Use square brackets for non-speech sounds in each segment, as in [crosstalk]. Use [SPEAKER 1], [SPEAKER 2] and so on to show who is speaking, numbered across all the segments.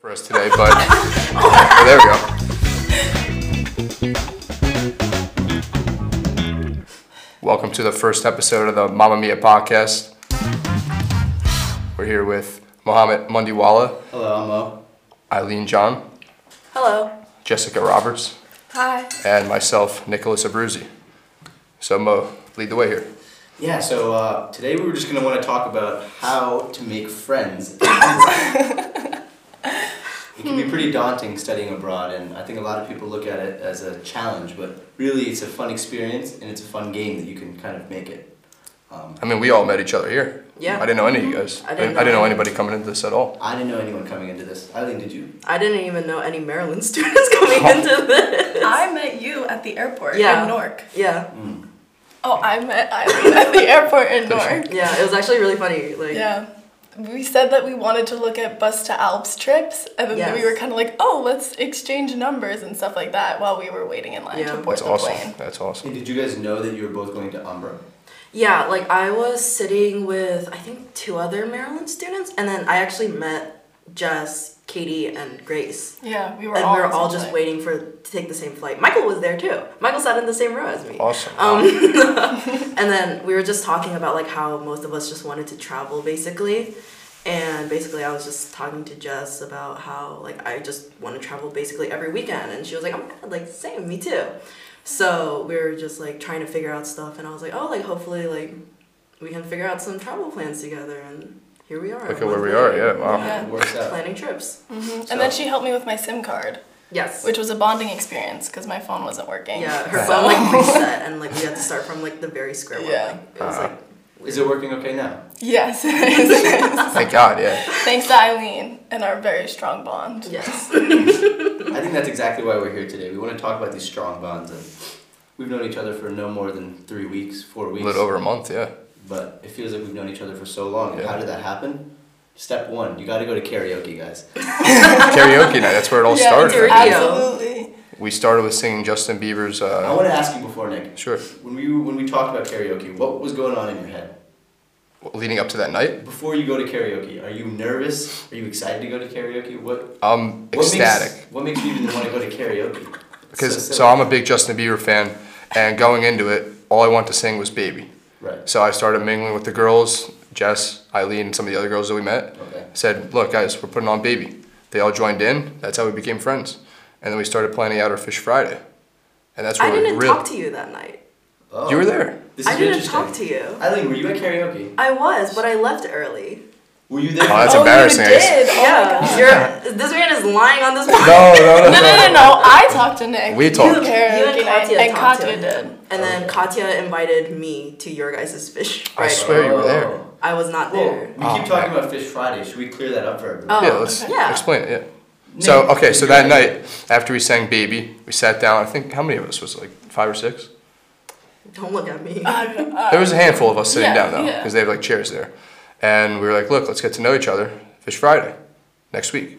[SPEAKER 1] for us today, but but there we go. Welcome to the first episode of the Mamma Mia podcast. We're here with Mohammed Mundiwala,
[SPEAKER 2] Hello, I'm Mo.
[SPEAKER 1] Eileen John,
[SPEAKER 3] Hello.
[SPEAKER 1] Jessica Roberts,
[SPEAKER 3] Hi.
[SPEAKER 1] and myself, Nicholas Abruzzi. So Mo, lead the way here.
[SPEAKER 2] Yeah, so uh, today we were just gonna want to talk about how to make friends. it can be pretty daunting studying abroad, and I think a lot of people look at it as a challenge, but really it's a fun experience and it's a fun game that you can kind of make it. Um,
[SPEAKER 1] I mean, we all met each other here.
[SPEAKER 3] Yeah.
[SPEAKER 1] I didn't know any of you guys.
[SPEAKER 3] I didn't
[SPEAKER 1] I didn't know
[SPEAKER 3] know
[SPEAKER 1] anybody coming into this at all.
[SPEAKER 2] I didn't know anyone coming into this. Eileen, did you?
[SPEAKER 3] I didn't even know any Maryland [laughs] students coming into this.
[SPEAKER 4] I met you at the airport
[SPEAKER 3] Yeah.
[SPEAKER 4] in Newark.
[SPEAKER 3] Yeah,
[SPEAKER 4] Oh, I met Eileen
[SPEAKER 3] [laughs]
[SPEAKER 4] at the airport in Newark.
[SPEAKER 3] yeah. It was actually really funny. Like,
[SPEAKER 4] Yeah. We said that we wanted to look at Bus to Alps trips, and then
[SPEAKER 3] Yes.
[SPEAKER 4] we were kind of like, oh, let's exchange numbers and stuff like that while we were waiting in line
[SPEAKER 3] Yeah.
[SPEAKER 4] to board
[SPEAKER 1] That's
[SPEAKER 4] the
[SPEAKER 1] awesome.
[SPEAKER 4] plane.
[SPEAKER 1] That's awesome.
[SPEAKER 2] Hey, did you guys know that you were both going to Umbra?
[SPEAKER 3] yeah. Like I was sitting with I think two other Maryland students, and then I actually met Jess, Katie, and Grace,
[SPEAKER 4] Yeah, we were
[SPEAKER 3] and
[SPEAKER 4] all,
[SPEAKER 3] we were
[SPEAKER 4] on
[SPEAKER 3] all
[SPEAKER 4] the
[SPEAKER 3] just
[SPEAKER 4] plane.
[SPEAKER 3] waiting for to take the same flight. Michael was there too. Michael sat in the same row as me.
[SPEAKER 1] Awesome.
[SPEAKER 3] Um, and then we were just talking about like how most of us just wanted to travel basically. And basically I was just talking to Jess about how like I just want to travel basically every weekend and she was like, Oh my god, like same, me too. So we were just like trying to figure out stuff and I was like, Oh like hopefully like we can figure out some travel plans together and here we are.
[SPEAKER 1] Look
[SPEAKER 3] a
[SPEAKER 1] at where
[SPEAKER 3] month
[SPEAKER 1] we are.
[SPEAKER 3] later.
[SPEAKER 1] Yeah. Wow.
[SPEAKER 4] Yeah.
[SPEAKER 2] It works out.
[SPEAKER 3] Planning trips.
[SPEAKER 4] Mhm. And then she helped me with my SIM card,
[SPEAKER 3] Yes.
[SPEAKER 4] which was a bonding experience because my phone wasn't working.
[SPEAKER 3] yeah, her phone like reset and like we had to start from like the very square one.
[SPEAKER 4] Yeah.
[SPEAKER 3] Like, it was
[SPEAKER 1] Uh,
[SPEAKER 3] like
[SPEAKER 2] Is it working okay now?
[SPEAKER 4] [laughs] Yes. [laughs] Thanks
[SPEAKER 1] Thank God. Yeah.
[SPEAKER 4] to Eileen and our very strong bond.
[SPEAKER 3] yes.
[SPEAKER 2] I think that's exactly why we're here today. We want to talk about these strong bonds, and we've known each other for no more than three weeks, four
[SPEAKER 1] A
[SPEAKER 2] weeks.
[SPEAKER 1] little over a month. Yeah.
[SPEAKER 2] but it feels like we've known each other for so long. And
[SPEAKER 1] Yeah.
[SPEAKER 2] how did that happen? Step one, you got to go to karaoke, guys.
[SPEAKER 1] Karaoke night. That's where it all
[SPEAKER 4] Yeah,
[SPEAKER 1] started.
[SPEAKER 3] it's
[SPEAKER 1] I think.
[SPEAKER 4] Absolutely.
[SPEAKER 1] We started with singing Justin Bieber's.
[SPEAKER 2] I
[SPEAKER 1] Uh,
[SPEAKER 2] want to ask you before, Nick.
[SPEAKER 1] sure.
[SPEAKER 2] When we when we talked about karaoke, what was going on in your head
[SPEAKER 1] Leading up to that night,
[SPEAKER 2] before you go to karaoke? Are you nervous? Are you excited to go to karaoke? What
[SPEAKER 1] I'm
[SPEAKER 2] what
[SPEAKER 1] ecstatic
[SPEAKER 2] Makes, what makes you even want to go to karaoke?
[SPEAKER 1] because so,
[SPEAKER 2] silly.
[SPEAKER 1] I'm a big Justin Bieber fan, and going into it, all I wanted to sing was "Baby."
[SPEAKER 2] right.
[SPEAKER 1] So I started mingling with the girls, Jess, Eileen, and some of the other girls that we met.
[SPEAKER 2] Okay.
[SPEAKER 1] Said, "Look, guys, we're putting on "Baby." They all joined in. That's how we became friends, and then we started planning out our Fish Friday, and that's where
[SPEAKER 3] I
[SPEAKER 1] we
[SPEAKER 3] didn't
[SPEAKER 1] really
[SPEAKER 3] talk to you that night.
[SPEAKER 2] Oh,
[SPEAKER 1] you were there.
[SPEAKER 2] This is
[SPEAKER 3] I didn't
[SPEAKER 2] interesting.
[SPEAKER 3] talk to you.
[SPEAKER 2] Eileen, were you at karaoke?
[SPEAKER 3] I was, but I left early.
[SPEAKER 2] Were you there?
[SPEAKER 1] Oh, that's
[SPEAKER 4] oh,
[SPEAKER 1] embarrassing, I
[SPEAKER 4] You
[SPEAKER 1] guess.
[SPEAKER 4] did. Oh my
[SPEAKER 3] yeah, you're, this man is lying on this podcast.
[SPEAKER 1] No, no, no,
[SPEAKER 4] no, no, no, no. I talked to Nick.
[SPEAKER 1] We talked.
[SPEAKER 3] You
[SPEAKER 4] Karaoke
[SPEAKER 3] and
[SPEAKER 4] night,
[SPEAKER 3] Katya
[SPEAKER 4] and
[SPEAKER 3] talked
[SPEAKER 4] Katya
[SPEAKER 3] to
[SPEAKER 4] did.
[SPEAKER 3] him. And then Katya invited me to your guys' fish.
[SPEAKER 1] I
[SPEAKER 3] Friday.
[SPEAKER 1] swear you were there.
[SPEAKER 3] I was not
[SPEAKER 2] Whoa,
[SPEAKER 3] there.
[SPEAKER 2] we
[SPEAKER 1] Oh,
[SPEAKER 2] keep talking
[SPEAKER 1] man.
[SPEAKER 2] about Fish Friday. Should we clear that up for everyone?
[SPEAKER 3] Oh,
[SPEAKER 1] yeah, let's
[SPEAKER 3] okay. Yeah.
[SPEAKER 1] explain it. Yeah. So
[SPEAKER 2] Name-
[SPEAKER 1] okay, so that night after we sang "Baby," we sat down. I think how many of us was it, like five or six?
[SPEAKER 3] Don't look at me.
[SPEAKER 1] There was a handful of us sitting
[SPEAKER 4] yeah,
[SPEAKER 1] down though,
[SPEAKER 4] yeah.
[SPEAKER 1] because they have like chairs there, and we were like, "Look, let's get to know each other." Fish Friday, next week.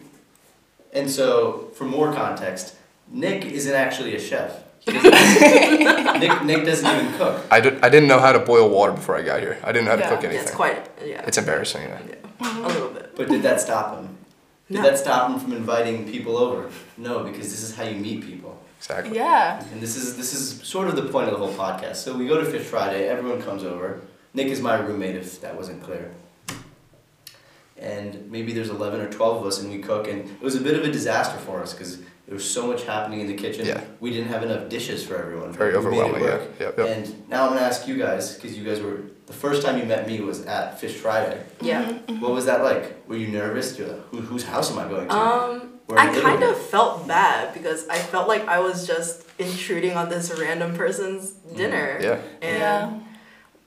[SPEAKER 2] And so, for more context, Nick isn't actually a chef. He doesn't- Nick, Nick doesn't even cook.
[SPEAKER 1] I, did, I didn't know how to boil water before I got here. I didn't know how to
[SPEAKER 4] Yeah,
[SPEAKER 1] cook
[SPEAKER 3] Yeah,
[SPEAKER 1] anything.
[SPEAKER 3] it's quite. Yeah.
[SPEAKER 1] It's embarrassing. Yeah.
[SPEAKER 3] yeah. A little bit.
[SPEAKER 2] But did that stop him? Did
[SPEAKER 3] No.
[SPEAKER 2] that stop him from inviting people over? No, because this is how you meet people.
[SPEAKER 1] Exactly.
[SPEAKER 4] Yeah.
[SPEAKER 2] And this is this is sort of the point of the whole podcast. So we go to Fish Friday, everyone comes over. Nick is my roommate if that wasn't clear. And maybe there's 11 or 12 of us and we cook and it was a bit of a disaster for us cuz there was so much happening in the kitchen.
[SPEAKER 1] Yeah.
[SPEAKER 2] We didn't have enough dishes for everyone.
[SPEAKER 1] Very
[SPEAKER 2] We made it
[SPEAKER 1] overwhelming. Yeah.
[SPEAKER 2] work.
[SPEAKER 1] Yeah. yeah.
[SPEAKER 2] And now I'm going to ask you guys cuz you guys were the first time you met me was at Fish Friday.
[SPEAKER 3] Yeah.
[SPEAKER 4] Mm-hmm.
[SPEAKER 2] What was that like? Were you nervous? You're like, Who, whose house am I going to?
[SPEAKER 3] Um,
[SPEAKER 2] Or
[SPEAKER 3] I
[SPEAKER 2] little
[SPEAKER 3] kind
[SPEAKER 2] bit.
[SPEAKER 3] of felt bad because I felt like I was just intruding on this random person's dinner.
[SPEAKER 1] Yeah.
[SPEAKER 3] And
[SPEAKER 4] Yeah.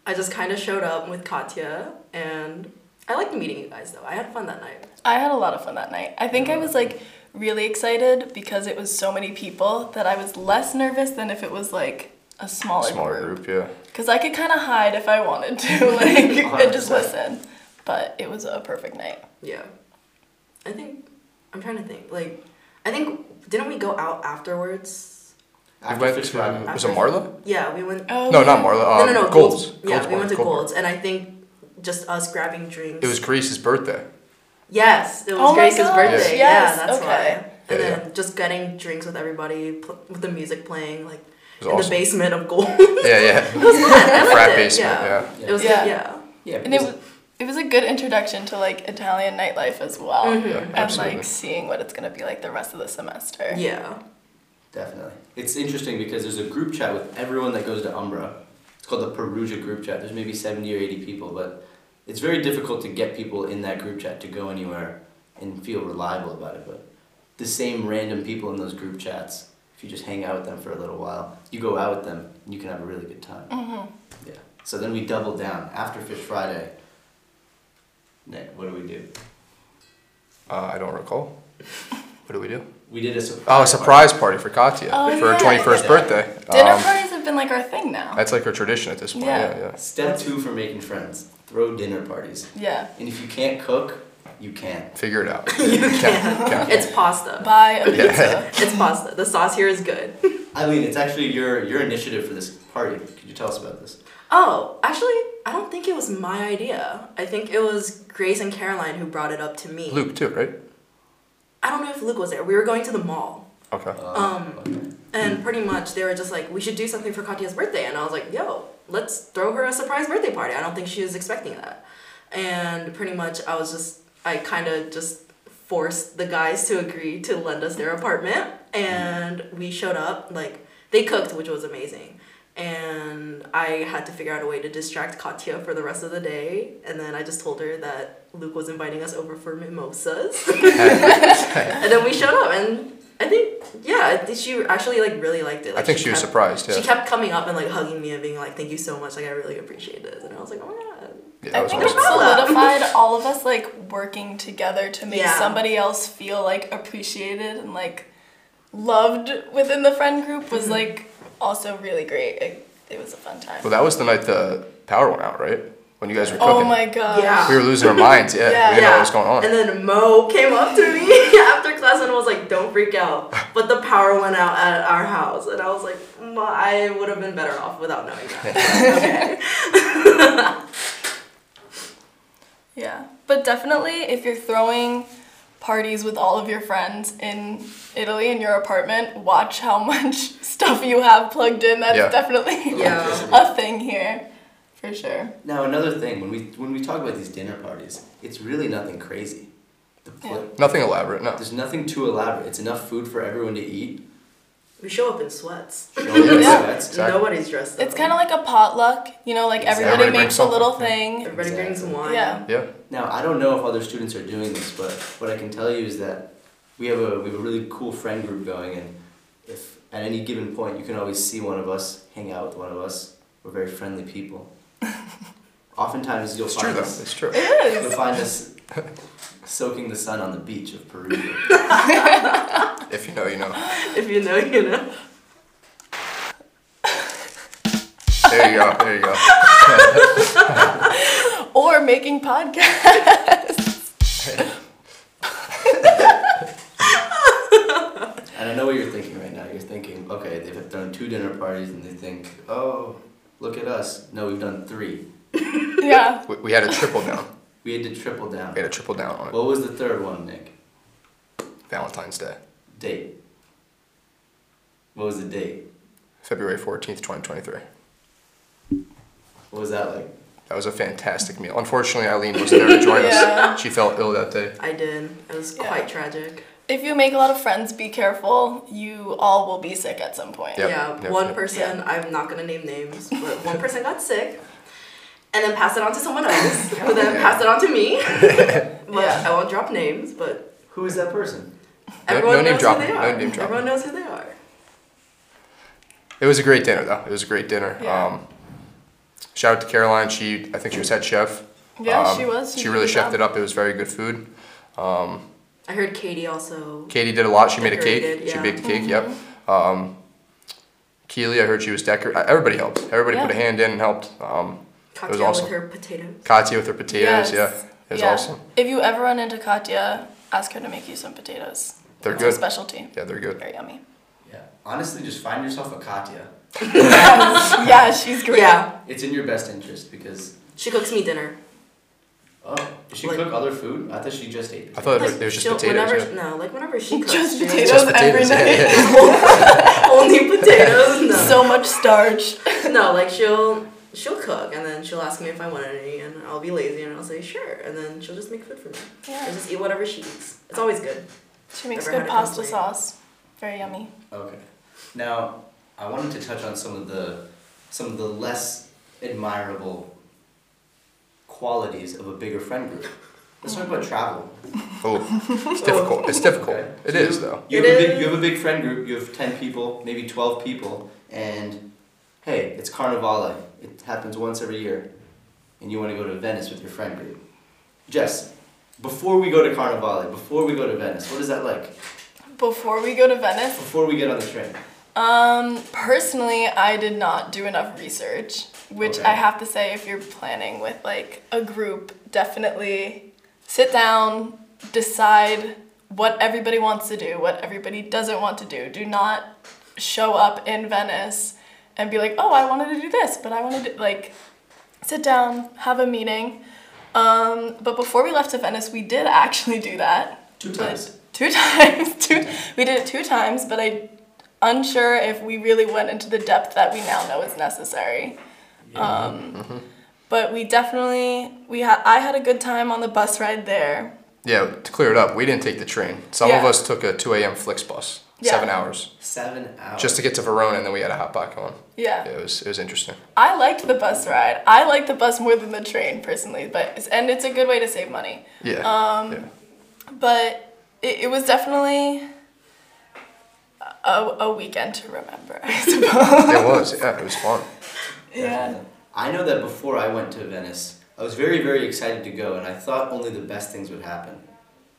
[SPEAKER 3] I just kind of showed up with Katya, and I liked meeting you guys though. I had fun that night.
[SPEAKER 4] I had a lot of fun that night. I think I was like really excited because it was so many people that I was less nervous than if it was like a smaller,
[SPEAKER 1] Smaller
[SPEAKER 4] group.
[SPEAKER 1] group. Yeah.
[SPEAKER 4] Because I could kind of hide if I wanted to, [laughs]
[SPEAKER 3] [laughs]
[SPEAKER 4] like, and just
[SPEAKER 2] 100%.
[SPEAKER 4] listen. But it was a perfect night.
[SPEAKER 3] Yeah. I think I'm trying to think. Like, I think didn't we go out afterwards?
[SPEAKER 1] We
[SPEAKER 2] After
[SPEAKER 1] went
[SPEAKER 2] Fish
[SPEAKER 1] to
[SPEAKER 2] Friday.
[SPEAKER 1] was it Marla?
[SPEAKER 3] Yeah, we went.
[SPEAKER 4] Oh,
[SPEAKER 1] no,
[SPEAKER 4] yeah.
[SPEAKER 1] not Marla. Um,
[SPEAKER 3] no, no, no.
[SPEAKER 1] Gold's.
[SPEAKER 3] Yeah,
[SPEAKER 1] Gold's
[SPEAKER 3] we
[SPEAKER 1] Bar,
[SPEAKER 3] went to
[SPEAKER 1] Gold Bar.
[SPEAKER 3] Gold's, and I think just us grabbing drinks.
[SPEAKER 1] It was Grace's birthday.
[SPEAKER 3] Yes, it was
[SPEAKER 4] Oh my
[SPEAKER 3] Grace's
[SPEAKER 4] gosh,
[SPEAKER 3] birthday.
[SPEAKER 4] yes,
[SPEAKER 3] Yeah, that's
[SPEAKER 4] okay.
[SPEAKER 3] why. And
[SPEAKER 1] Yeah, yeah.
[SPEAKER 3] then just getting drinks with everybody pl- with the music playing like
[SPEAKER 1] was
[SPEAKER 3] in
[SPEAKER 1] awesome.
[SPEAKER 3] the basement of gold. [laughs] it
[SPEAKER 1] Yeah, yeah. Frat basement. Yeah.
[SPEAKER 3] It was
[SPEAKER 4] Yeah.
[SPEAKER 3] yeah. yeah.
[SPEAKER 2] Yeah,
[SPEAKER 4] And it
[SPEAKER 2] because-
[SPEAKER 4] was it was a good introduction to like Italian nightlife as well,
[SPEAKER 3] Mm-hmm.
[SPEAKER 1] Yeah,
[SPEAKER 4] and
[SPEAKER 1] absolutely.
[SPEAKER 4] like seeing what it's gonna be like the rest of the semester.
[SPEAKER 2] Definitely. It's interesting because there's a group chat with everyone that goes to Umbra. It's called the Perugia group chat. There's maybe 70 or 80 people, but it's very difficult to get people in that group chat to go anywhere and feel reliable about it. But the same random people in those group chats, if you just hang out with them for a little while, you go out with them, and you can have a really good time. Mm-hmm. Yeah. So then we double down after Fish Friday. Nick, what do we do?
[SPEAKER 1] Uh, I don't [laughs] recall. What do we do?
[SPEAKER 2] We did a surprise.
[SPEAKER 1] Oh, a
[SPEAKER 2] party.
[SPEAKER 1] surprise party for Katya
[SPEAKER 4] Oh,
[SPEAKER 1] for her
[SPEAKER 4] yeah.
[SPEAKER 1] 21st birthday.
[SPEAKER 4] Dinner
[SPEAKER 1] Um,
[SPEAKER 4] parties have been like our thing now.
[SPEAKER 1] that's like her tradition at this point.
[SPEAKER 4] Yeah.
[SPEAKER 1] Yeah, yeah.
[SPEAKER 2] Step two for making friends throw dinner parties.
[SPEAKER 4] Yeah,
[SPEAKER 2] And if you can't cook, you can't.
[SPEAKER 1] Figure it
[SPEAKER 4] [laughs]
[SPEAKER 1] out. Count, count.
[SPEAKER 3] It's pasta.
[SPEAKER 4] buy a
[SPEAKER 1] Yeah.
[SPEAKER 4] pizza.
[SPEAKER 3] It's pasta. The sauce here is good.
[SPEAKER 2] Eileen, it's actually your your initiative for this party. Could you tell us about this?
[SPEAKER 3] Oh, actually, I don't think it was my idea. I think it was Grace and Caroline who brought it up to me.
[SPEAKER 1] Luke too, right?
[SPEAKER 3] I don't know if Luke was there. We were going to the mall.
[SPEAKER 1] Okay. [laughs]
[SPEAKER 2] Um,
[SPEAKER 3] And pretty much they were just like, we should do something for Katya's birthday. And I was like, yo, let's throw her a surprise birthday party. I don't think she was expecting that. And pretty much I was just, I kind of just forced the guys to agree to lend us their apartment. And we showed up, like, they cooked, which was amazing. And I had to figure out a way to distract Katya for the rest of the day. And then I just told her that Luke was inviting us over for mimosas.
[SPEAKER 4] [laughs]
[SPEAKER 3] and then we showed up and I think yeah, I think she actually like really liked it.
[SPEAKER 1] I
[SPEAKER 3] Like,
[SPEAKER 1] think she was
[SPEAKER 3] kept-
[SPEAKER 1] surprised. Yeah.
[SPEAKER 3] She kept coming up and like hugging me and being like, "Thank you so much. Like I really appreciate this." And I was like, "Oh my god."
[SPEAKER 1] yeah, [laughs] that
[SPEAKER 4] I
[SPEAKER 1] was
[SPEAKER 4] think it
[SPEAKER 1] awesome.
[SPEAKER 3] awesome.
[SPEAKER 4] solidified all of us like working together to make
[SPEAKER 3] Yeah.
[SPEAKER 4] somebody else feel like appreciated and like loved within the friend group
[SPEAKER 3] Mm-hmm.
[SPEAKER 4] was like also really great. It, it was a fun time.
[SPEAKER 1] Well, that was the night the power went out, right? When you guys were cooking.
[SPEAKER 4] oh my gosh.
[SPEAKER 3] Yeah.
[SPEAKER 1] We were losing our minds. Yeah.
[SPEAKER 4] Yeah.
[SPEAKER 1] We didn't know what was going on.
[SPEAKER 3] And then Mo came up to me [laughs] after class and was like, "Don't freak
[SPEAKER 1] [laughs]
[SPEAKER 3] out." But the power went out at our house, and I was like, "Mm, "I would have been better off without
[SPEAKER 1] [laughs]
[SPEAKER 3] knowing that."
[SPEAKER 4] Yeah, but definitely if you're throwing parties with all of your friends in Italy in your apartment, watch how [laughs] much stuff you have plugged in. That's
[SPEAKER 1] Yeah.
[SPEAKER 4] definitely
[SPEAKER 3] Yeah.
[SPEAKER 4] [laughs] a thing here, for sure.
[SPEAKER 2] now another thing when we when we talk about these dinner parties, it's really nothing crazy. The pla-
[SPEAKER 1] Nothing elaborate. No.
[SPEAKER 2] There's nothing too elaborate. It's enough food for everyone to eat.
[SPEAKER 3] we show up in sweats.
[SPEAKER 2] Show up in
[SPEAKER 1] Yeah.
[SPEAKER 2] sweats.
[SPEAKER 1] Exactly.
[SPEAKER 3] Nobody's dressed up.
[SPEAKER 4] It's kind of like a potluck, you know, like
[SPEAKER 2] Exactly.
[SPEAKER 4] everybody,
[SPEAKER 1] Everybody
[SPEAKER 4] makes
[SPEAKER 1] brings
[SPEAKER 4] a little
[SPEAKER 1] something.
[SPEAKER 4] thing.
[SPEAKER 3] everybody brings
[SPEAKER 2] Exactly.
[SPEAKER 3] wine.
[SPEAKER 4] Yeah.
[SPEAKER 1] Yeah.
[SPEAKER 2] Now I don't know if other students are doing this, but what I can tell you is that we have a we have a really cool friend group going, and if at any given point you can always see one of us, hang out with one of us. We're very friendly
[SPEAKER 1] [laughs]
[SPEAKER 2] people. Oftentimes you'll
[SPEAKER 1] It's true
[SPEAKER 2] find
[SPEAKER 1] though.
[SPEAKER 2] us.
[SPEAKER 1] It's true.
[SPEAKER 2] You'll find us
[SPEAKER 1] [laughs]
[SPEAKER 2] soaking the sun on the beach of Perugia.
[SPEAKER 1] If you know, you know.
[SPEAKER 3] [laughs] If you know, you know.
[SPEAKER 1] There you go. There you go.
[SPEAKER 4] Or making podcasts.
[SPEAKER 2] And I know what you're thinking right now. You're thinking, okay, they've done two dinner parties, and they think, oh, look at us. No, we've done three.
[SPEAKER 4] [laughs] yeah.
[SPEAKER 1] We, we had a triple down.
[SPEAKER 2] We had to triple down.
[SPEAKER 1] We had a triple down on it.
[SPEAKER 2] What was the third one, Nick?
[SPEAKER 1] Valentine's Day,
[SPEAKER 2] Date. What was the date?
[SPEAKER 1] February 14th, 2023.
[SPEAKER 2] What was that like?
[SPEAKER 1] That was a fantastic meal. Unfortunately, Eileen wasn't there to join
[SPEAKER 4] [laughs] Yeah.
[SPEAKER 1] us. She fell ill that day.
[SPEAKER 3] I did. It was
[SPEAKER 4] Yeah.
[SPEAKER 3] quite tragic.
[SPEAKER 4] If you make a lot of friends, be careful. You all will be sick at some point.
[SPEAKER 1] Yep,
[SPEAKER 3] yeah,
[SPEAKER 1] yep,
[SPEAKER 3] one
[SPEAKER 1] yep.
[SPEAKER 3] person, I'm not gonna name names,
[SPEAKER 1] [laughs]
[SPEAKER 3] but one person got sick and then passed it on to
[SPEAKER 1] [laughs]
[SPEAKER 3] someone else, who then passed it on to me. but
[SPEAKER 4] Yeah.
[SPEAKER 3] I won't drop names, but
[SPEAKER 2] Who is that person?
[SPEAKER 3] everyone
[SPEAKER 1] no name
[SPEAKER 3] knows who
[SPEAKER 1] dropping,
[SPEAKER 3] they
[SPEAKER 1] no
[SPEAKER 3] are.
[SPEAKER 1] name dropping.
[SPEAKER 3] everyone knows who they are.
[SPEAKER 1] It was a great dinner, though. It was a great dinner.
[SPEAKER 4] Yeah.
[SPEAKER 1] Um, shout out to Caroline. She, I think she was head chef.
[SPEAKER 4] Yeah,
[SPEAKER 1] Um,
[SPEAKER 4] she was.
[SPEAKER 1] She,
[SPEAKER 4] did
[SPEAKER 1] really
[SPEAKER 4] a
[SPEAKER 1] chefed
[SPEAKER 4] good job.
[SPEAKER 1] it up. It was very good food. Um,
[SPEAKER 3] I heard Katie also.
[SPEAKER 1] Katie did a lot. She made a cake.
[SPEAKER 3] Decorated,
[SPEAKER 1] She
[SPEAKER 3] yeah.
[SPEAKER 1] baked the cake.
[SPEAKER 4] Mm-hmm.
[SPEAKER 1] Yep. Um, Keely, I heard she was decorating. Everybody helped. Everybody put a
[SPEAKER 4] Yeah.
[SPEAKER 1] hand in and helped. Um,
[SPEAKER 3] Cocktail
[SPEAKER 1] awesome.
[SPEAKER 3] with her potatoes.
[SPEAKER 1] Katya with her potatoes.
[SPEAKER 4] Yes.
[SPEAKER 1] Yeah, it was
[SPEAKER 4] Yeah.
[SPEAKER 1] awesome.
[SPEAKER 4] If you ever run into Katya, ask her to make you some potatoes.
[SPEAKER 1] They're
[SPEAKER 4] it's
[SPEAKER 1] good.
[SPEAKER 4] A specialty.
[SPEAKER 1] Yeah, they're good.
[SPEAKER 4] Very yummy.
[SPEAKER 2] Yeah. Honestly, just find yourself a Katya.
[SPEAKER 4] [laughs] yeah, she's great.
[SPEAKER 3] Yeah,
[SPEAKER 2] It's in your best interest because
[SPEAKER 3] she cooks me dinner.
[SPEAKER 2] Oh, does she
[SPEAKER 3] Like-
[SPEAKER 2] cook other food? I thought she just ate.
[SPEAKER 1] I thought it was
[SPEAKER 3] Like,
[SPEAKER 1] it was just
[SPEAKER 3] she'll-
[SPEAKER 1] potatoes.
[SPEAKER 3] Whenever,
[SPEAKER 1] yeah.
[SPEAKER 3] No, like whenever she cooks,
[SPEAKER 4] Just
[SPEAKER 3] she doesn't-
[SPEAKER 4] potatoes. every night.
[SPEAKER 1] yeah,
[SPEAKER 4] [laughs]
[SPEAKER 1] yeah. [laughs]
[SPEAKER 3] only potatoes. No,
[SPEAKER 4] So much starch.
[SPEAKER 3] [coughs] no, like she'll she'll cook and then she'll ask me if I want any, and I'll be lazy and I'll say sure, and then she'll just make food for me. I
[SPEAKER 4] Yeah.
[SPEAKER 3] just eat whatever she eats. It's always good.
[SPEAKER 4] She makes
[SPEAKER 3] Never
[SPEAKER 4] good
[SPEAKER 3] had a
[SPEAKER 4] pasta
[SPEAKER 3] complaint.
[SPEAKER 4] sauce. Very yummy.
[SPEAKER 2] Okay. Now, I wanted to touch on some of the some of the less admirable qualities of a bigger friend group. Let's talk about travel.
[SPEAKER 1] Oh, it's difficult. It's difficult.
[SPEAKER 2] Okay.
[SPEAKER 1] It is though.
[SPEAKER 2] You
[SPEAKER 3] It
[SPEAKER 2] have, a big, you
[SPEAKER 3] is-
[SPEAKER 2] have a big friend group. You have ten people, maybe twelve people, and hey, it's Carnivale. It happens once every year, and you want to go to Venice with your friend group. Jess, before we go to Carnivale, before we go to Venice, what is that like?
[SPEAKER 4] Before we go to Venice,
[SPEAKER 2] Before we get on the train,
[SPEAKER 4] Um, personally, I did not do enough research, which
[SPEAKER 2] Okay.
[SPEAKER 4] I have to say, if you're planning with like a group, definitely sit down, decide what everybody wants to do, what everybody doesn't want to do. Do not show up in Venice and be like, oh, I wanted to do this, but I wanted to, like, sit down, have a meeting. Um, but before we left to Venice, we did actually do that.
[SPEAKER 2] two
[SPEAKER 4] But-
[SPEAKER 2] times.
[SPEAKER 4] Two [laughs] times. Two. We did it two times, but I unsure if we really went into the depth that we now know is necessary. Um, But we definitely we had I had a good time on the bus ride there.
[SPEAKER 1] Yeah, to clear it up, we didn't take the train. Some of
[SPEAKER 4] Yeah.
[SPEAKER 1] us took a 2 a.m. Flix bus,
[SPEAKER 4] Yeah.
[SPEAKER 1] seven hours,
[SPEAKER 2] Seven hours.
[SPEAKER 1] just to get to Verona, and then we had a hop back on.
[SPEAKER 4] Yeah.
[SPEAKER 1] Yeah, it was it was interesting.
[SPEAKER 4] I liked the bus ride. I liked the bus more than the train personally, but and it's a good way to save money.
[SPEAKER 1] Yeah.
[SPEAKER 4] Um,
[SPEAKER 1] yeah.
[SPEAKER 4] But it, it was definitely a, a weekend to remember, [laughs] I suppose.
[SPEAKER 1] It was. Yeah, it was fun.
[SPEAKER 4] yeah.
[SPEAKER 2] I know that before I went to Venice, I was very, very excited to go, and I thought only the best things would happen.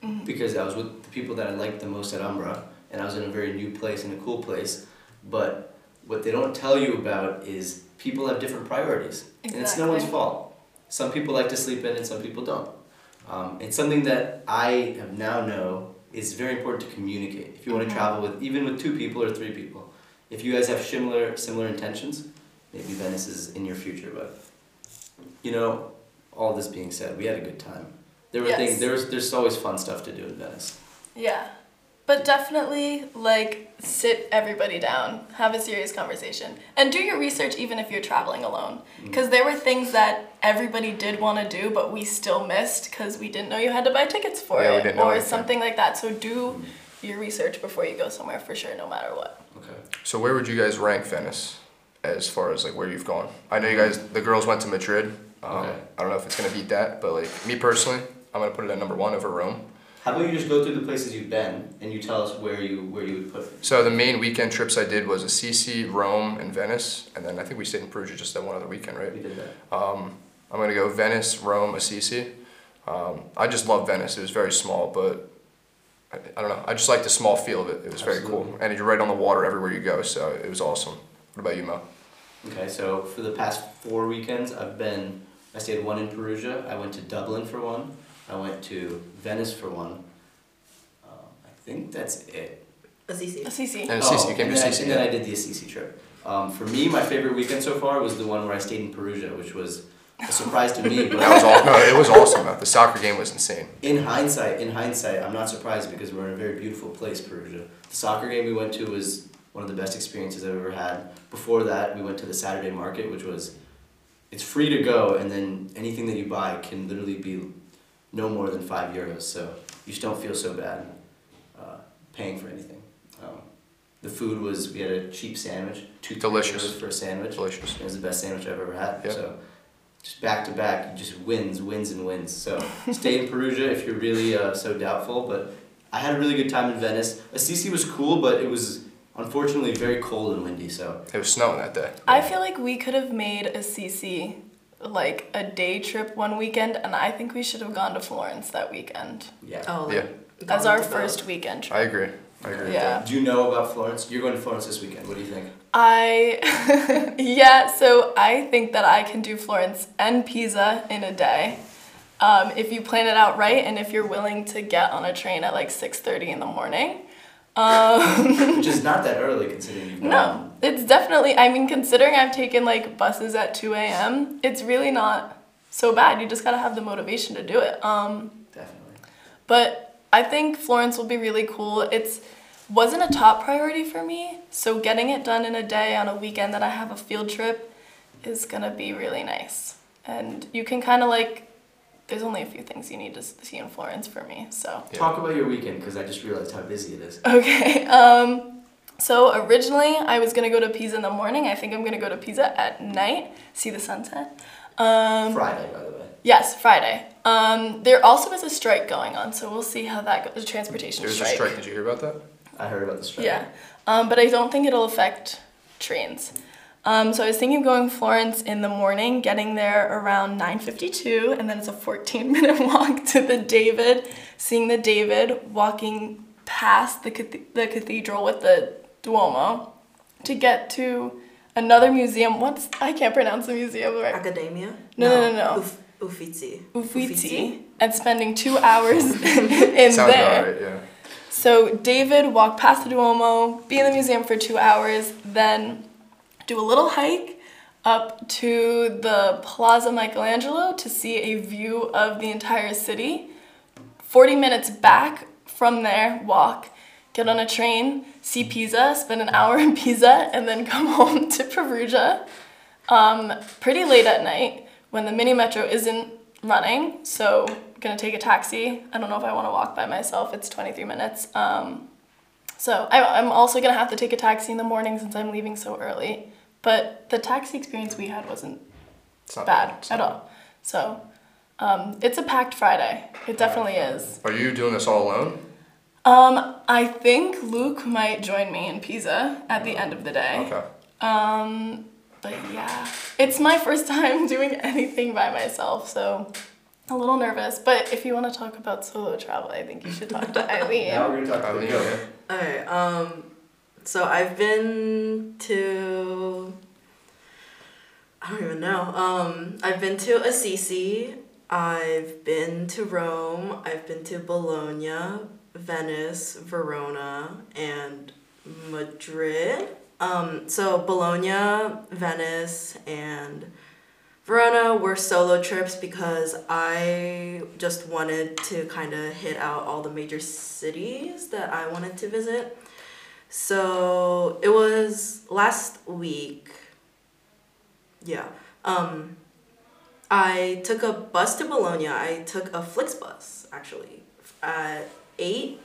[SPEAKER 4] Mm-hmm.
[SPEAKER 2] Because I was with the people that I liked the most at Umbra, and I was in a very new place and a cool place. But what they don't tell you about is people have different priorities, and it's no one's
[SPEAKER 4] Exactly.
[SPEAKER 2] fault. Some people like to sleep in, and some people don't. Um, it's something that I have now know is very important to communicate. If you want to travel with even with two people or three people, if you guys have similar similar intentions, maybe Venice is in your future. But you know, all this being said, we had a good time. There were
[SPEAKER 4] Yes.
[SPEAKER 2] things. There was, there's always fun stuff to do in Venice.
[SPEAKER 4] Yeah. But definitely, like, sit everybody down, have a serious conversation, and do your research even if you're traveling alone.
[SPEAKER 1] Mm.
[SPEAKER 4] Because there were things that everybody did want to do, but we still missed because we didn't know you had to buy tickets for
[SPEAKER 1] Yeah,
[SPEAKER 4] it
[SPEAKER 1] we didn't know
[SPEAKER 4] or
[SPEAKER 1] anything. Mm.
[SPEAKER 4] something like that. So do your research before you go somewhere for sure, no matter what.
[SPEAKER 2] Okay.
[SPEAKER 1] So where would you guys rank Venice as far as like where you've gone? I know you guys, the girls went to Madrid. Um,
[SPEAKER 2] Okay.
[SPEAKER 1] I don't know if it's gonna beat that, but like me personally, I'm gonna put it at number one over Rome.
[SPEAKER 2] How about you just go through the places you've been and you tell us where you where you would put it?
[SPEAKER 1] So the main weekend trips I did was Assisi, Rome, and Venice, and then I think we stayed in Perugia just that one other weekend, right?
[SPEAKER 2] We did that.
[SPEAKER 1] Um, I'm gonna go Venice, Rome, Assisi. Um, I just love Venice. It was very small, but I, I don't know. I just like the small feel of it. It was very cool,
[SPEAKER 2] Absolutely.
[SPEAKER 1] and you're right on the water everywhere you go, so it was awesome. What about you, Mo?
[SPEAKER 4] Oh,
[SPEAKER 2] Okay, so for the past four weekends, I've been. I stayed one in Perugia. I went to Dublin for one. I went to Venice for one. Um, I think that's it.
[SPEAKER 3] Assisi.
[SPEAKER 4] Assisi.
[SPEAKER 1] And Assisi,
[SPEAKER 2] Oh,
[SPEAKER 1] you came to
[SPEAKER 2] and then I-
[SPEAKER 1] Assisi.
[SPEAKER 2] And then I did the Assisi trip. Um, for me, my favorite weekend so far was the one where I stayed in Perugia, which was a surprise to me. But
[SPEAKER 1] That was all. No, it was awesome. Though. The soccer game was insane.
[SPEAKER 2] In hindsight, in hindsight, I'm not surprised because we're in a very beautiful place, Perugia. The soccer game we went to was one of the best experiences I've ever had. Before that, we went to the Saturday market, which was it's free to go, and then anything that you buy can literally be no more than five euros. So you just don't feel so bad uh, paying for anything. Um, the food was we had a cheap sandwich, two three
[SPEAKER 1] Delicious.
[SPEAKER 2] euros for a sandwich.
[SPEAKER 1] Delicious.
[SPEAKER 2] It was the best sandwich I've ever had.
[SPEAKER 1] Yeah.
[SPEAKER 2] So just back to back, you just wins, wins, and wins. So stay in Perugia if you're really uh, so doubtful. But I had a really good time in Venice. Assisi was cool, but it was unfortunately very cold and windy. So
[SPEAKER 1] It was snowing that day.
[SPEAKER 4] I feel like we could have made Assisi like a day trip one weekend, and I think we should have gone to Florence that weekend
[SPEAKER 2] yeah.
[SPEAKER 3] Oh, like, uh,
[SPEAKER 1] Yeah.
[SPEAKER 4] as
[SPEAKER 3] gone
[SPEAKER 4] our
[SPEAKER 3] to the-
[SPEAKER 4] first weekend trip.
[SPEAKER 1] I agree. I agree.
[SPEAKER 4] Yeah.
[SPEAKER 2] Do you know about Florence? You're going to Florence this weekend. What do you think?
[SPEAKER 4] I [laughs] yeah, so I think that I can do Florence and Pisa in a day. Um, if you plan it out right and if you're willing to get on a train at like 6:30 in the morning.
[SPEAKER 2] Which is not that early considering you've
[SPEAKER 4] No, it's definitely I mean considering I've taken like buses at 2 a.m., it's really not so bad. You just gotta have the motivation to do it. Um,
[SPEAKER 2] Definitely.
[SPEAKER 4] but I think Florence will be really cool. It's wasn't a top priority for me, so getting it done in a day on a weekend that I have a field trip is gonna be really nice. And you can kind of like, there's only a few things you need to s- see in Florence for me. So [laughs]
[SPEAKER 1] Yeah.
[SPEAKER 2] Talk about your weekend because I just realized how busy it is.
[SPEAKER 4] okay, um, so originally I was gonna go to Pisa in the morning. I think I'm gonna go to Pisa at night, see the sunset. Um,
[SPEAKER 2] Friday, by the way.
[SPEAKER 4] Yes, Friday. Um, there also is a strike going on, so we'll see how that goes. The transportation
[SPEAKER 1] There's
[SPEAKER 4] strike.
[SPEAKER 1] a strike. Did you hear about that?
[SPEAKER 2] I heard about the strike.
[SPEAKER 4] Yeah, um, but I don't think it'll affect trains. Um, so I was thinking of going Florence in the morning, getting there around 9:52, and then it's a [laughs] 14-minute walk to the David, seeing the David, walking past the cath- the cathedral with the Duomo, to get to another museum. What's I can't pronounce the museum
[SPEAKER 3] Uh,
[SPEAKER 4] right.
[SPEAKER 3] Academia?
[SPEAKER 4] No, no, no, no.
[SPEAKER 3] Uf- Uffizi.
[SPEAKER 4] Uffizi and spending two hours [laughs] in
[SPEAKER 1] Sounds
[SPEAKER 4] there.
[SPEAKER 1] about right. Yeah.
[SPEAKER 4] So David walked past the Duomo, be in the museum for two hours, then do a little hike up to the Plaza Michelangelo to see a view of the entire city. 40 minutes back from there, walk, get on a train, see Pisa, spend an hour in Pisa, and then come [laughs] home to Perugia. Um, pretty late at night when the mini metro isn't running, so gonna take a taxi. I don't know if I want to walk by myself. It's 23 minutes. Um, so I, I'm also gonna have to take a taxi in the morning since I'm leaving so early. But the taxi experience we had wasn't
[SPEAKER 1] It's not
[SPEAKER 4] bad
[SPEAKER 1] it's
[SPEAKER 4] at
[SPEAKER 1] not-
[SPEAKER 4] all. So um, it's a packed Friday. It definitely is.
[SPEAKER 1] Are you doing this all alone?
[SPEAKER 4] Um, I think Luke might join me in Pisa at the end of the day.
[SPEAKER 1] Okay. [laughs]
[SPEAKER 4] Um, but yeah, it's my first time [laughs] doing anything by myself, so a little nervous. But if you want to talk about solo travel, I think you should talk to
[SPEAKER 2] Now
[SPEAKER 4] Eileen.
[SPEAKER 2] we're gonna talk
[SPEAKER 1] Eileen,
[SPEAKER 2] about
[SPEAKER 1] yeah.
[SPEAKER 2] the
[SPEAKER 3] Alright, um, so I've been to. I don't even know. Um, I've been to Assisi, I've been to Rome, I've been to Bologna, Venice, Verona, and Madrid. Um, so Bologna, Venice, and Verona were solo trips because I just wanted to kind of hit out all the major cities that I wanted to visit. So it was last week. Yeah. Um, I took a bus to Bologna. I took a Flixbus actually at 8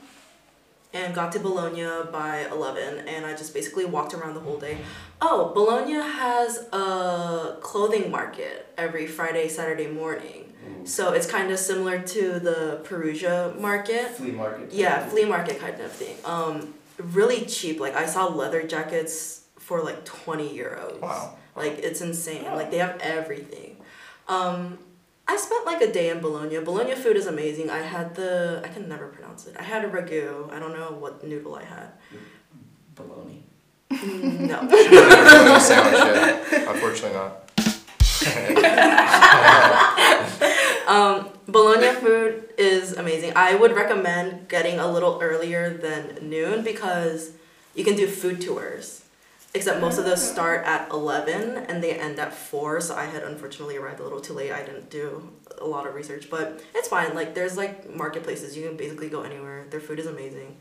[SPEAKER 3] and got to Bologna by 11 and I just basically walked around the whole day. Oh, Bologna has a clothing market every Friday, Saturday morning. So it's kind of similar to the Perugia market.
[SPEAKER 2] Flea market.
[SPEAKER 3] Yeah, flea market kind of thing. Um, really cheap. Like I saw leather jackets for like twenty euros.
[SPEAKER 1] Wow.
[SPEAKER 3] Like it's insane. Like they have everything. Um, I spent like a day in Bologna. Bologna food is amazing. I had the I can never pronounce it. I had a ragu. I don't know what noodle I had.
[SPEAKER 2] Baloney.
[SPEAKER 4] [laughs]
[SPEAKER 3] Mm, no.
[SPEAKER 1] sandwich yeah. Unfortunately not.
[SPEAKER 3] Um, Bologna food is amazing. I would recommend getting a little earlier than noon because you can do food tours. Except most of those start at 11 and they end at 4, so I had unfortunately arrived a little too late. I didn't do a lot of research, but it's fine. Like, there's like marketplaces, you can basically go anywhere. Their food is amazing.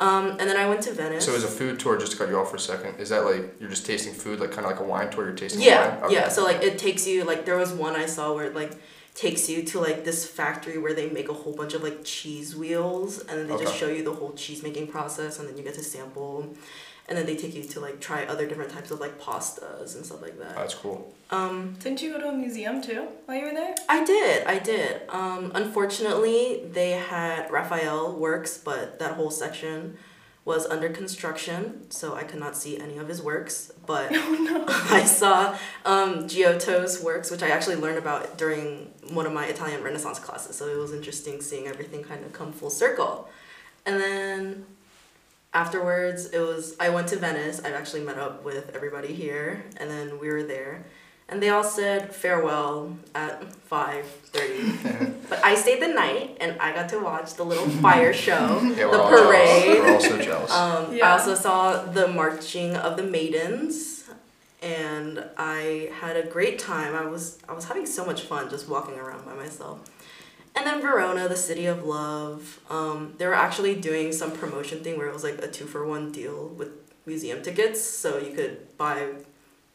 [SPEAKER 3] Um, and then I went to Venice.
[SPEAKER 1] So is a food tour just to cut you off for a second? Is that like you're just tasting food, like kind of like a wine tour? You're tasting
[SPEAKER 3] Yeah,
[SPEAKER 1] wine. Okay.
[SPEAKER 3] yeah. So like it takes you like there was one I saw where it like takes you to like this factory where they make a whole bunch of like cheese wheels and then they just
[SPEAKER 1] Okay.
[SPEAKER 3] show you the whole cheese making process and then you get to sample and then they take you to like try other different types of like pastas and stuff like that.
[SPEAKER 1] Oh, That's cool.
[SPEAKER 3] Um
[SPEAKER 4] Didn't you go to a museum too while you were there?
[SPEAKER 3] I did, I did. Um, unfortunately, they had Raphael works, but that whole section was under construction, so I could not see any of his works.
[SPEAKER 1] [laughs]
[SPEAKER 3] But [laughs] I saw um, Giotto's works, which I actually learned about during one of my Italian Renaissance classes, so it was interesting seeing everything kind of come full circle. And then afterwards, it was I went to Venice. I actually met up with everybody here, and then we were there and they all said farewell at
[SPEAKER 1] [laughs]
[SPEAKER 3] 5.30 but i stayed the night and i got to watch the little fire show
[SPEAKER 1] Yeah, we're
[SPEAKER 3] the
[SPEAKER 1] all jealous.
[SPEAKER 3] parade [laughs]
[SPEAKER 1] We're all so jealous.
[SPEAKER 3] um, i
[SPEAKER 4] Yeah.
[SPEAKER 3] also saw the marching of the maidens and I had a great time. I was I was having so much fun just walking around by myself. And then Verona, the city of love, um, they were actually doing some promotion thing where it was like a two for one deal with museum tickets, so you could buy,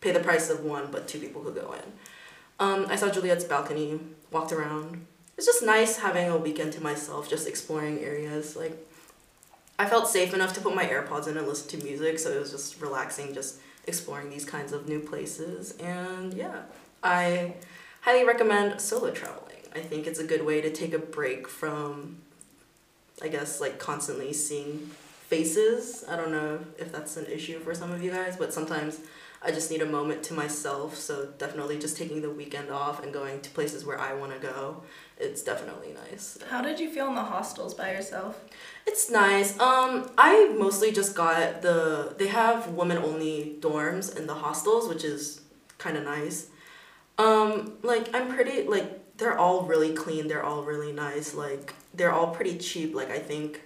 [SPEAKER 3] pay the price of one, but two people could go in. Um, I saw Juliet's balcony, walked around. It's just nice having a weekend to myself, just exploring areas. Like, I felt safe enough to put my AirPods in and listen to music, so it was just relaxing, just exploring these kinds of new places. And yeah, I highly recommend solo traveling. I think it's a good way to take a break from, I guess, like constantly seeing faces. I don't know if that's an issue for some of you guys, but sometimes I just need a moment to myself. So definitely just taking the weekend off and going to places where I want to go. It's definitely nice.
[SPEAKER 4] How did you feel in the hostels by yourself?
[SPEAKER 3] It's nice. Um, I mostly just got the they have women only dorms in the hostels, which is kind of nice. Um, like I'm pretty like they're all really clean. They're all really nice. Like they're all pretty cheap. Like I think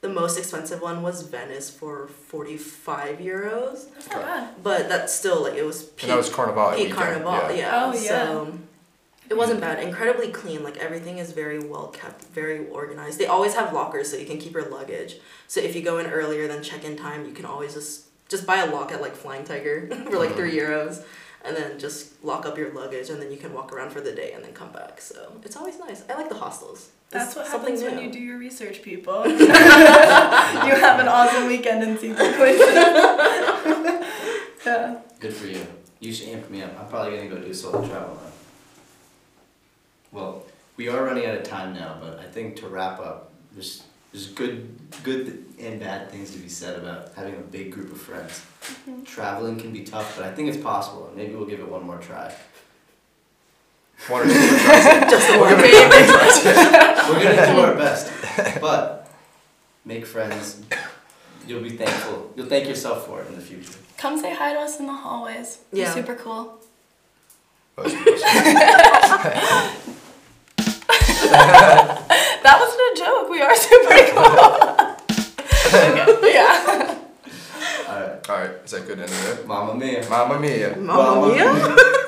[SPEAKER 3] the most expensive one was Venice for forty five euros,
[SPEAKER 4] That's not bad.
[SPEAKER 3] but that's still like it was peak,
[SPEAKER 1] and that was Carnival
[SPEAKER 3] peak
[SPEAKER 1] weekend.
[SPEAKER 3] carnival.
[SPEAKER 1] yeah.
[SPEAKER 3] Yeah.
[SPEAKER 4] Oh, yeah.
[SPEAKER 3] So it wasn't bad. Incredibly clean. Like everything is very well kept, very organized. They always have lockers so you can keep your luggage. So if you go in earlier than check in time, you can always just just buy a lock at like Flying Tiger [laughs] for like three
[SPEAKER 1] Mm-hmm.
[SPEAKER 3] euros, and then just lock up your luggage, and then you can walk around for the day and then come back. So it's always nice. I like the hostels.
[SPEAKER 4] That's
[SPEAKER 3] It's
[SPEAKER 4] what
[SPEAKER 3] something
[SPEAKER 4] happens when
[SPEAKER 3] new.
[SPEAKER 4] you do your research, people. [laughs] you have an awesome weekend and see [laughs] the quiz. yeah.
[SPEAKER 2] Good for you. You should amp me up. I'm probably gonna go do solo travel now. Well, we are running out of time now, but I think to wrap up, there's there's good good and bad things to be said about having a big group of friends. Traveling can be tough, but I think it's possible. Maybe we'll give it one more try.
[SPEAKER 1] One or two. [laughs]
[SPEAKER 3] [laughs] Just the one babe. [laughs]
[SPEAKER 2] We're gonna do our best, but make friends. You'll be thankful. You'll thank yourself for it in the future.
[SPEAKER 4] Come say hi to us in the hallways.
[SPEAKER 3] Yeah.
[SPEAKER 4] You're super cool.
[SPEAKER 1] Most of us.
[SPEAKER 4] That wasn't a joke. We are super cool. okay. [laughs] Yeah.
[SPEAKER 2] All right,
[SPEAKER 1] All right, is that good end of it?
[SPEAKER 2] Mamma Mia.
[SPEAKER 1] Mamma mia.
[SPEAKER 3] Mamma mia.